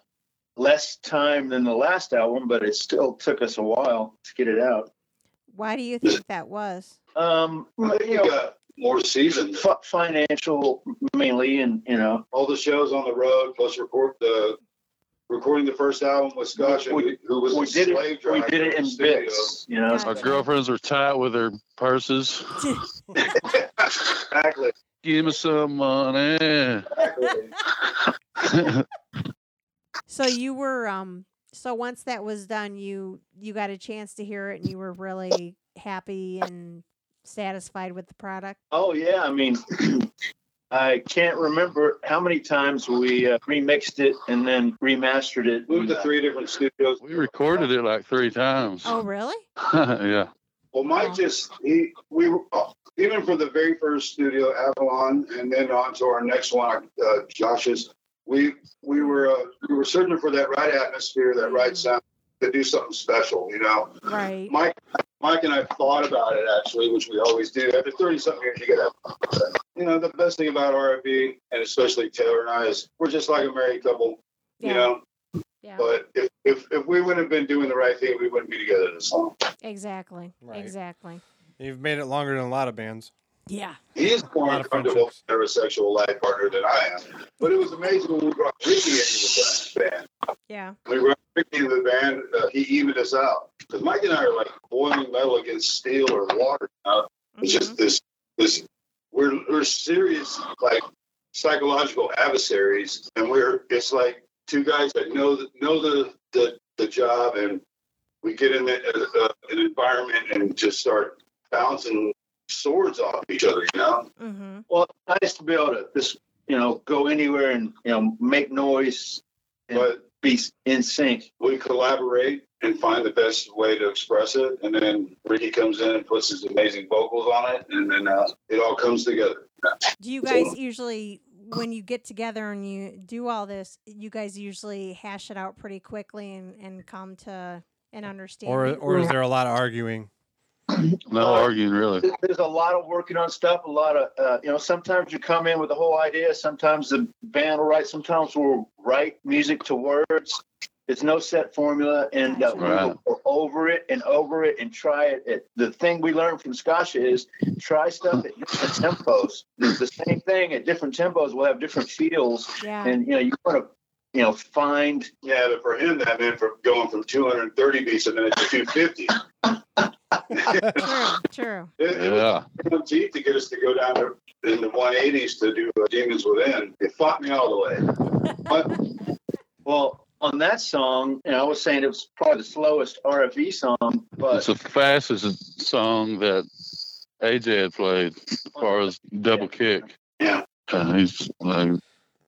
B: less time than the last album, but it still took us a while to get it out.
E: why do you think that was?
B: Um,
A: I think
B: you
A: we
B: know,
A: got more seasoned.
B: f- financial mainly, and you know,
A: all the shows on the road, plus record the recording the first album with Scotch, who
B: We-
A: who was
B: we
A: a
B: did
A: slave
B: it. We
A: driver
B: did it in
A: studio.
B: bits. You know,
C: Our
E: Gotcha.
C: girlfriends were tight with their purses.
A: exactly.
C: Give me some money.
A: exactly.
E: so you were um so once that was done, you you got a chance to hear it and you were really happy and satisfied with the product.
B: Oh yeah, I mean, I can't remember how many times we uh, remixed it and then remastered it.
A: Moved to three different studios.
C: We recorded it like three times.
E: Oh, really?
C: yeah.
A: Well, Mike
E: Oh.
A: just he we were- uh, even for the very first studio Avalon, and then on to our next one, uh, Josh's. We we were uh, we were searching for that right atmosphere, that right
E: Mhm.
A: sound to do something special, you know.
E: Right.
A: Mike Mike and I thought about it actually, which we always do. After thirty something years, you get that. You know, the best thing about R&B, and especially Taylor and I, is we're just like a married couple.
E: Yeah.
A: You know,
E: yeah.
A: but if, if if we wouldn't have been doing the right thing, we wouldn't be together this long.
E: Exactly.
D: Right.
E: Exactly.
D: You've made it longer than a lot of bands.
E: Yeah.
A: He is
D: A
A: more
D: lot of
A: uncomfortable
D: friendships.
A: with their sexual life partner than I am. But it was amazing when we brought Ricky into the band.
E: Yeah.
A: We brought Ricky into the band. Uh, he evened us out because Mike and I are like boiling metal against steel or water. Uh, It's
E: Mhm.
A: just this this we're we're serious like psychological adversaries, and we're it's like two guys that know the, know the the the job, and we get in the, uh, an environment and just start bouncing swords off each other. You know.
E: Mhm.
B: Well, it's nice to be able to just you know go anywhere and you know make noise and
A: But
B: be in sync.
A: we collaborate and find the best way to express it. And then Ricky comes in and puts his amazing vocals on it, and then uh, it all comes together.
E: Do you guys usually when you get together and you do all this, you guys usually hash it out pretty quickly and and come to an understanding?
D: Or or is there a lot of arguing?
C: No
B: Uh,
C: arguing, really.
B: Th- There's a lot of working on stuff. A lot of uh, you know. Sometimes you come in with a whole idea. Sometimes the band will write. Sometimes we'll write music to words. It's no set formula, and uh,
C: Right.
B: we'll go over it and over it and try it. it. The thing we learned from Scotcha is try stuff at different tempos. It's the same thing at different tempos. We'll have different feels.
E: Yeah.
B: and you know you want to you know find
A: Yeah, but for him, that meant from going from 230 beats a minute to 250.
E: True. True.
A: It, it was
C: Yeah.
A: damn cheap to get us to go down to in the 180s to do uh, Demons Within. It fought me all the way. But
B: well on that song and i was saying it was probably the slowest rfv song
C: It's
B: but
C: the fastest song that AJ had played as far as double kick.
A: Yeah.
C: And he's like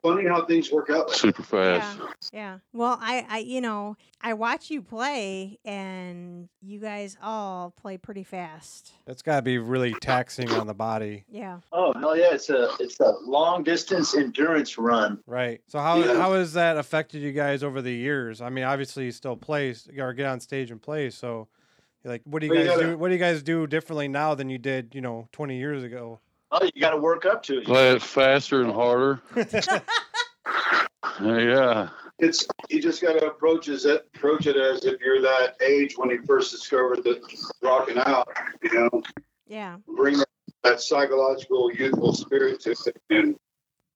A: funny how things work out. like
C: super fast.
E: Yeah. Well, I, I, you know, I watch you play, and you guys all play pretty fast.
D: That's got to be really taxing on the body,
E: Yeah.
B: oh hell yeah it's a it's a long distance endurance run
D: right? So how
A: Yeah.
D: how has that affected you guys over the years? I mean, obviously you still play s- or get on stage and play. So, like, what do you
A: Well,
D: guys
A: you gotta-
D: do? What do you guys do differently now than you did, you know, twenty years ago?
B: oh you got to work up to it
C: Play it faster and harder. yeah.
A: it's you just got to approach as it approach it as if you're that age when you first discovered the rocking out. You know,
E: Yeah.
A: bring that, that psychological youthful spirit to it, and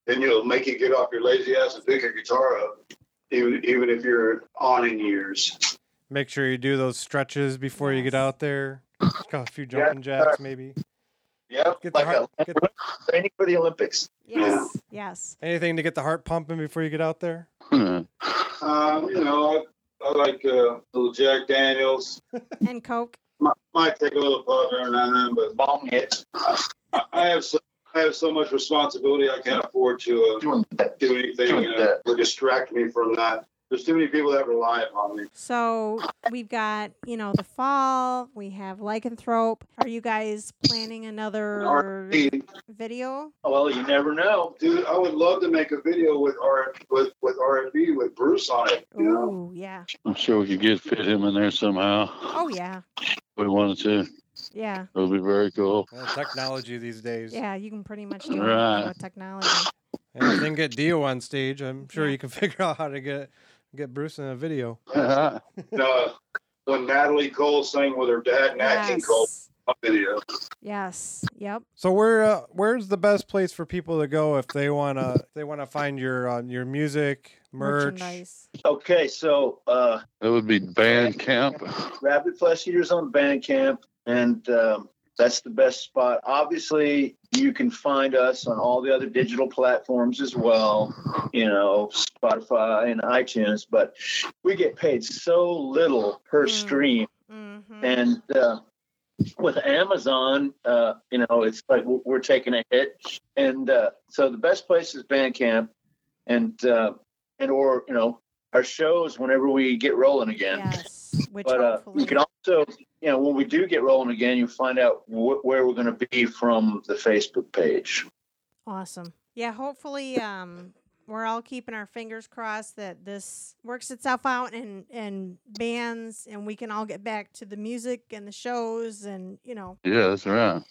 A: then you'll make you get off your lazy ass and pick your guitar up, even even if you're on in years.
D: Make sure you do those stretches before you get
E: Yes.
D: out there. Got a few
B: Yeah.
D: jumping jacks, maybe.
B: yeah
D: Get the
B: like
D: heart,
B: a
D: get,
B: training for the olympics
E: Yes. Yes.
D: anything to get the heart pumping before you get out there.
A: Um, you know, I, I like uh, little Jack Daniels.
E: And Coke.
A: Might, might take a little pop every now and then, but
B: bomb hit
A: I, I have so, I have so much responsibility. I can't afford to uh,
B: doing that
A: do anything you know, to distract me from that. There's too many people that rely upon me.
E: So we've got, you know, the fall. We have lycanthrope. Are you guys planning another video?
B: Oh, well you never know
A: Dude, I would love to make a video with R with with R and B with Bruce on it. You know.
E: Ooh, yeah.
C: I'm sure we could get fit him in there somehow.
E: Oh, yeah.
C: If we wanted to.
E: Yeah.
C: It would be very cool.
D: Well, technology these days.
E: Yeah. You can pretty much do it
C: Right.
E: with technology.
D: And if they can get Dio on stage, I'm sure
E: Yeah.
D: you can figure out how to get get Bruce in a video.
C: yeah.
A: uh, when Natalie Cole sang with her dad, Nat King Cole,
E: Yes.
A: on video.
E: Yes. Yep.
D: So where uh, where's the best place for people to go if they wanna if they wanna find your uh, your music merch?
E: Merchandise.
B: okay so uh
C: It would be band camp.
B: Rapid Flesh Eaters on Bandcamp, and um, that's the best spot. Obviously, you can find us on all the other digital platforms as well, you know, Spotify and iTunes, but we get paid so little per
E: Mm.
B: stream.
E: Mm-hmm.
B: And uh, with Amazon, uh, you know, it's like we're we're taking a hit. And uh, so the best place is Bandcamp and, uh, and or, you know, our shows whenever we get rolling again
E: Yes. Which
B: but uh,
E: hopefully.
B: you can also you know, when we do get rolling again, you'll find out wh- where we're going to be from the Facebook page.
E: Awesome. Yeah, hopefully um we're all keeping our fingers crossed that this works itself out and and bands and we can all get back to the music and the shows and you know
C: Yeah, that's right.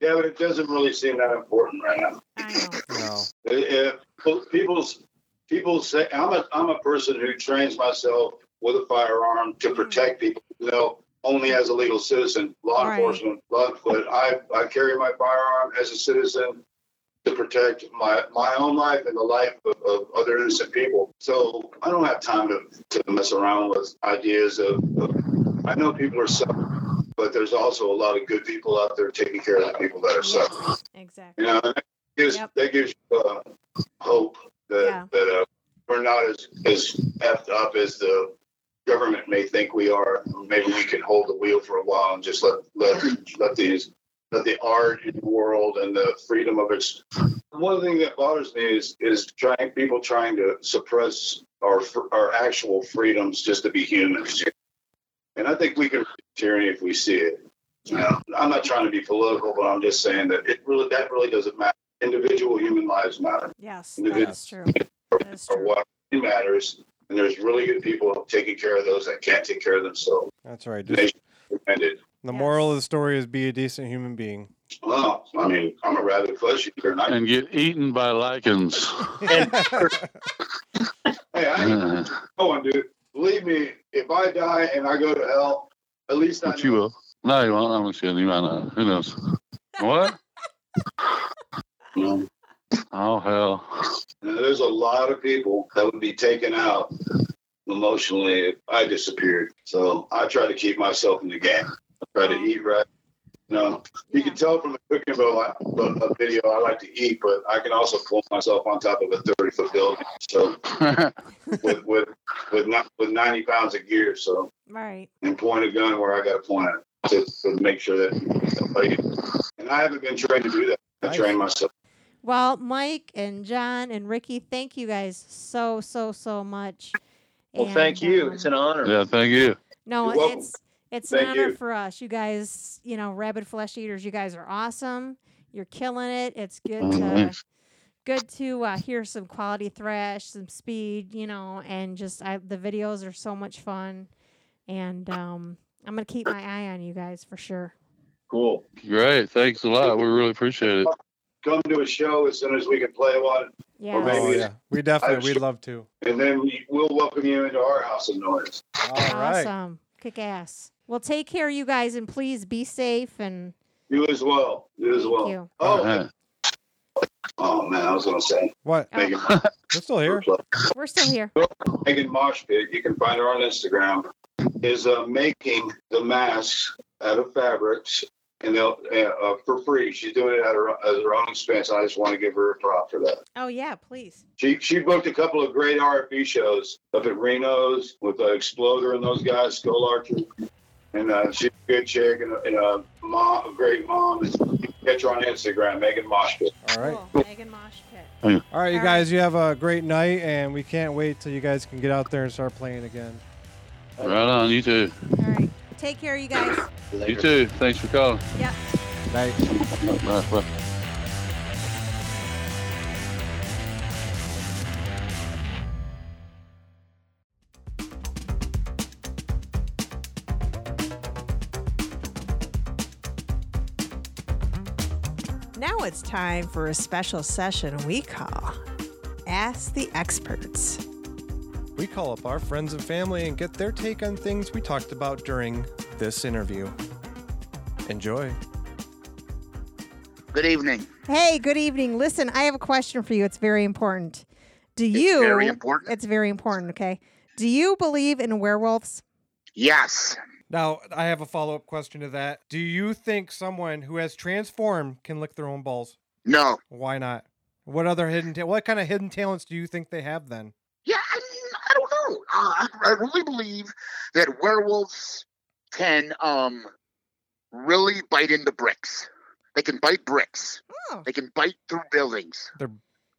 A: Yeah, but it doesn't really seem that important right now.
E: I know.
D: No.
A: It- it- Uh, well, people's people say I'm a I'm a person who trains myself with a firearm
E: Mm-hmm.
A: to protect people. You know, only as a legal citizen, law
E: Right.
A: enforcement, law but I I carry my firearm as a citizen to protect my my own life and the life of, of other innocent people. So I don't have time to, to mess around with ideas of, of. I know people are suffering, but there's also a lot of good people out there taking care of the people that are suffering.
E: Yes, exactly.
A: You know, and that gives
E: Yep.
A: that gives uh, hope that
E: Yeah.
A: that uh, we're not as as effed up as the government may think we are. Maybe we can hold the wheel for a while and just let let let these let the art in the world and the freedom of its. One thing that bothers me is is trying people trying to suppress our fr- our actual freedoms just to be humans. And I think we can tyranny if we see it. You know, I'm not trying to be political, but I'm just saying that it really that really doesn't matter. Individual human lives matter,
E: Yes,
A: It is.
E: that is true. That is
A: or
E: true.
A: what really matters. And there's really good people taking care of those that can't take care of themselves.
D: That's right. Just,
A: Nation defended.
D: the moral of the story is be a decent human being.
A: Well, I mean, I'm a rather flesh eater, and I,
C: And get eaten by lichens.
D: Oh,
A: hey, I ain't
C: Uh,
A: going, dude. Believe me, if I die and I go to hell, at least I
C: but you
A: know-
C: will. No, you won't. I'm just kidding. You might not. Who knows? What?
A: Um,
C: Oh, hell.
A: there's a lot of people that would be taken out emotionally if I disappeared. So I try to keep myself in the game. I try to eat right. You know, You
E: Yeah.
A: can tell from the cooking video, I, but a video I like to eat, but I can also pull myself on top of a thirty foot building. So with with with not with ninety pounds of gear, so
E: Right.
A: and point a gun where I got to point it to, to make sure that somebody. And I haven't been trained to do that. I
D: Nice.
A: trained myself.
E: Well, Mike and John and Ricky, thank you guys so so so much.
B: Well,
E: And,
B: thank you.
E: um,
B: It's an honor.
C: yeah, thank you.
E: No,
A: You're welcome.
E: it's it's
A: Thank
E: an honor
A: you.
E: for us. You guys, you know, rabid flesh eaters. You guys are awesome. You're killing it. It's good
C: Oh,
E: to
C: thanks.
E: good to uh, hear some quality thrash, some speed, you know, and just I, the videos are so much fun. And um, I'm gonna keep my eye on you guys for sure.
B: Cool.
C: Great. Thanks a lot. We really appreciate it.
A: Come to a show as soon as we can play one,
E: Yeah.
A: maybe
D: Oh,
A: it's-
D: yeah. We definitely,
A: I'm
D: we'd
A: sure-
D: love to.
A: and then we'll welcome you into our house of noise.
D: All right.
E: Awesome. Kick ass. Well, take care, you guys, and please be safe. And
A: You as well. You as
E: thank
A: well.
E: you.
A: Oh,
C: Uh-huh.
A: oh man, I was gonna say.
D: What?
E: Oh,
A: Megan,
D: We're still here.
E: we're still here.
A: Megan Mosh Pit, you can find her on Instagram, is uh, making the masks out of fabrics and they'll uh, uh, for free. She's doing it at her, at her own expense. I just want to give her a prop for that.
E: Oh yeah, please.
A: She she booked a couple of great RFB shows up at Reno's with uh, Exploder and those guys, Skull Archer. And uh, she's a good chick and a, and a mom, a great mom. You can catch her on Instagram, Megan Mosh Pit.
D: All right.
E: Cool. Megan Mosh Pit.
D: All right, you
E: All right.
D: guys, you have a great night, and we can't wait till you guys can get out there and start playing again.
C: Right on. You too.
E: All right. Take care, you guys.
C: You too. Thanks for calling.
E: Yeah.
D: Night.
C: Bye. Bye.
F: Now it's time for a special session we call Ask the Experts.
D: We call up our friends and family and get their take on things we talked about during this interview. Enjoy.
G: Good evening.
E: Hey, good evening. Listen, I have a question for you. It's very important. Do
G: It's
E: you
G: very important.
E: It's very important, okay? Do you believe in werewolves?
G: Yes.
D: Now, I have a follow up question to that. Do you think someone who has transformed can lick their own balls?
G: No.
D: Why not? What other hidden ta- what kind of hidden talents do you think they have then?
G: Yeah, I, mean, I don't know. Uh, I, I really believe that werewolves can um really bite into bricks. They can bite bricks.
E: Oh.
G: They can bite through buildings.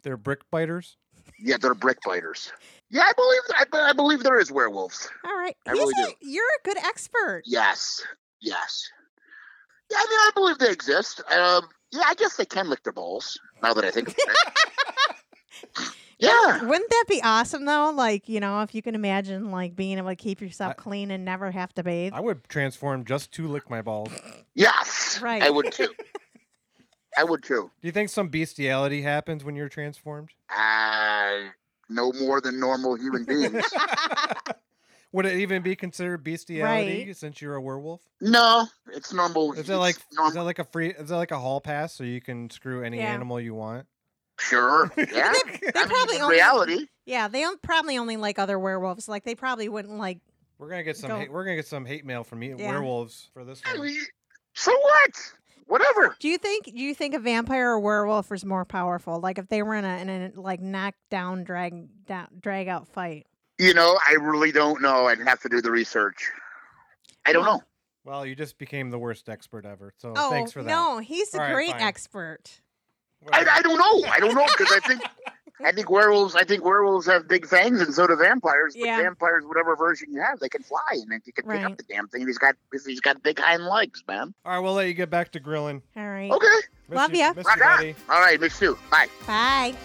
D: They're brick biters?
G: Yeah, they're brick biters. Yeah, I believe I, I believe there is werewolves.
E: All right.
G: I really
E: He's a- You're a good expert.
G: Yes. Yes. Yeah, I mean, I believe they exist. Um, yeah, I guess they can lick their balls. Now that I think about it. yeah.
E: Wouldn't that be awesome though? Like, you know, if you can imagine like being able to keep yourself clean and never have to bathe.
D: I would transform just to lick my balls. Do
G: Yes.
E: Right.
G: I would too. I would too.
D: you think some bestiality happens when you're transformed?
G: Uh, no more than normal human beings.
D: Would it even be considered bestiality since you're a werewolf?
G: no, it's normal.
D: Is
G: it's
D: that like is that
G: normal?
D: like a free is that like a hall pass so you can screw any
E: Yeah.
D: animal you want?
G: Sure. Yeah.
E: They
G: I mean,
E: probably
G: in
E: only
G: reality.
E: Yeah, they on- probably only like other werewolves. Like they probably wouldn't like
D: We're gonna get some
E: Go-
D: hate, we're gonna get some hate mail from me
E: Yeah.
D: werewolves for this
G: I
D: one.
G: mean, So what? Whatever.
E: Do you think do you think a vampire or werewolf is more powerful? Like if they were in a in a like knock down drag down drag out fight.
G: You know, I really don't know. I'd have to do the research. I don't
E: Well,
G: know.
D: Well, you just became the worst expert ever. So
E: Oh,
D: thanks for that.
E: no, he's a
D: All right,
E: great
D: fine.
E: expert.
G: I, I don't know. I don't know because I think I think werewolves. I think werewolves have big fangs, and so do vampires. But
E: Yeah.
G: vampires, whatever version you have, they can fly, and if you can pick
E: Right.
G: up the damn thing, he's got he's got big hind legs, man.
D: All right, we'll let you get back to grilling.
E: All right.
G: Okay,
D: Miss
E: Love
D: you,
E: ya.
D: miss
G: rock
D: you,
G: on.
D: buddy.
G: All right, me too. Bye.
E: Bye.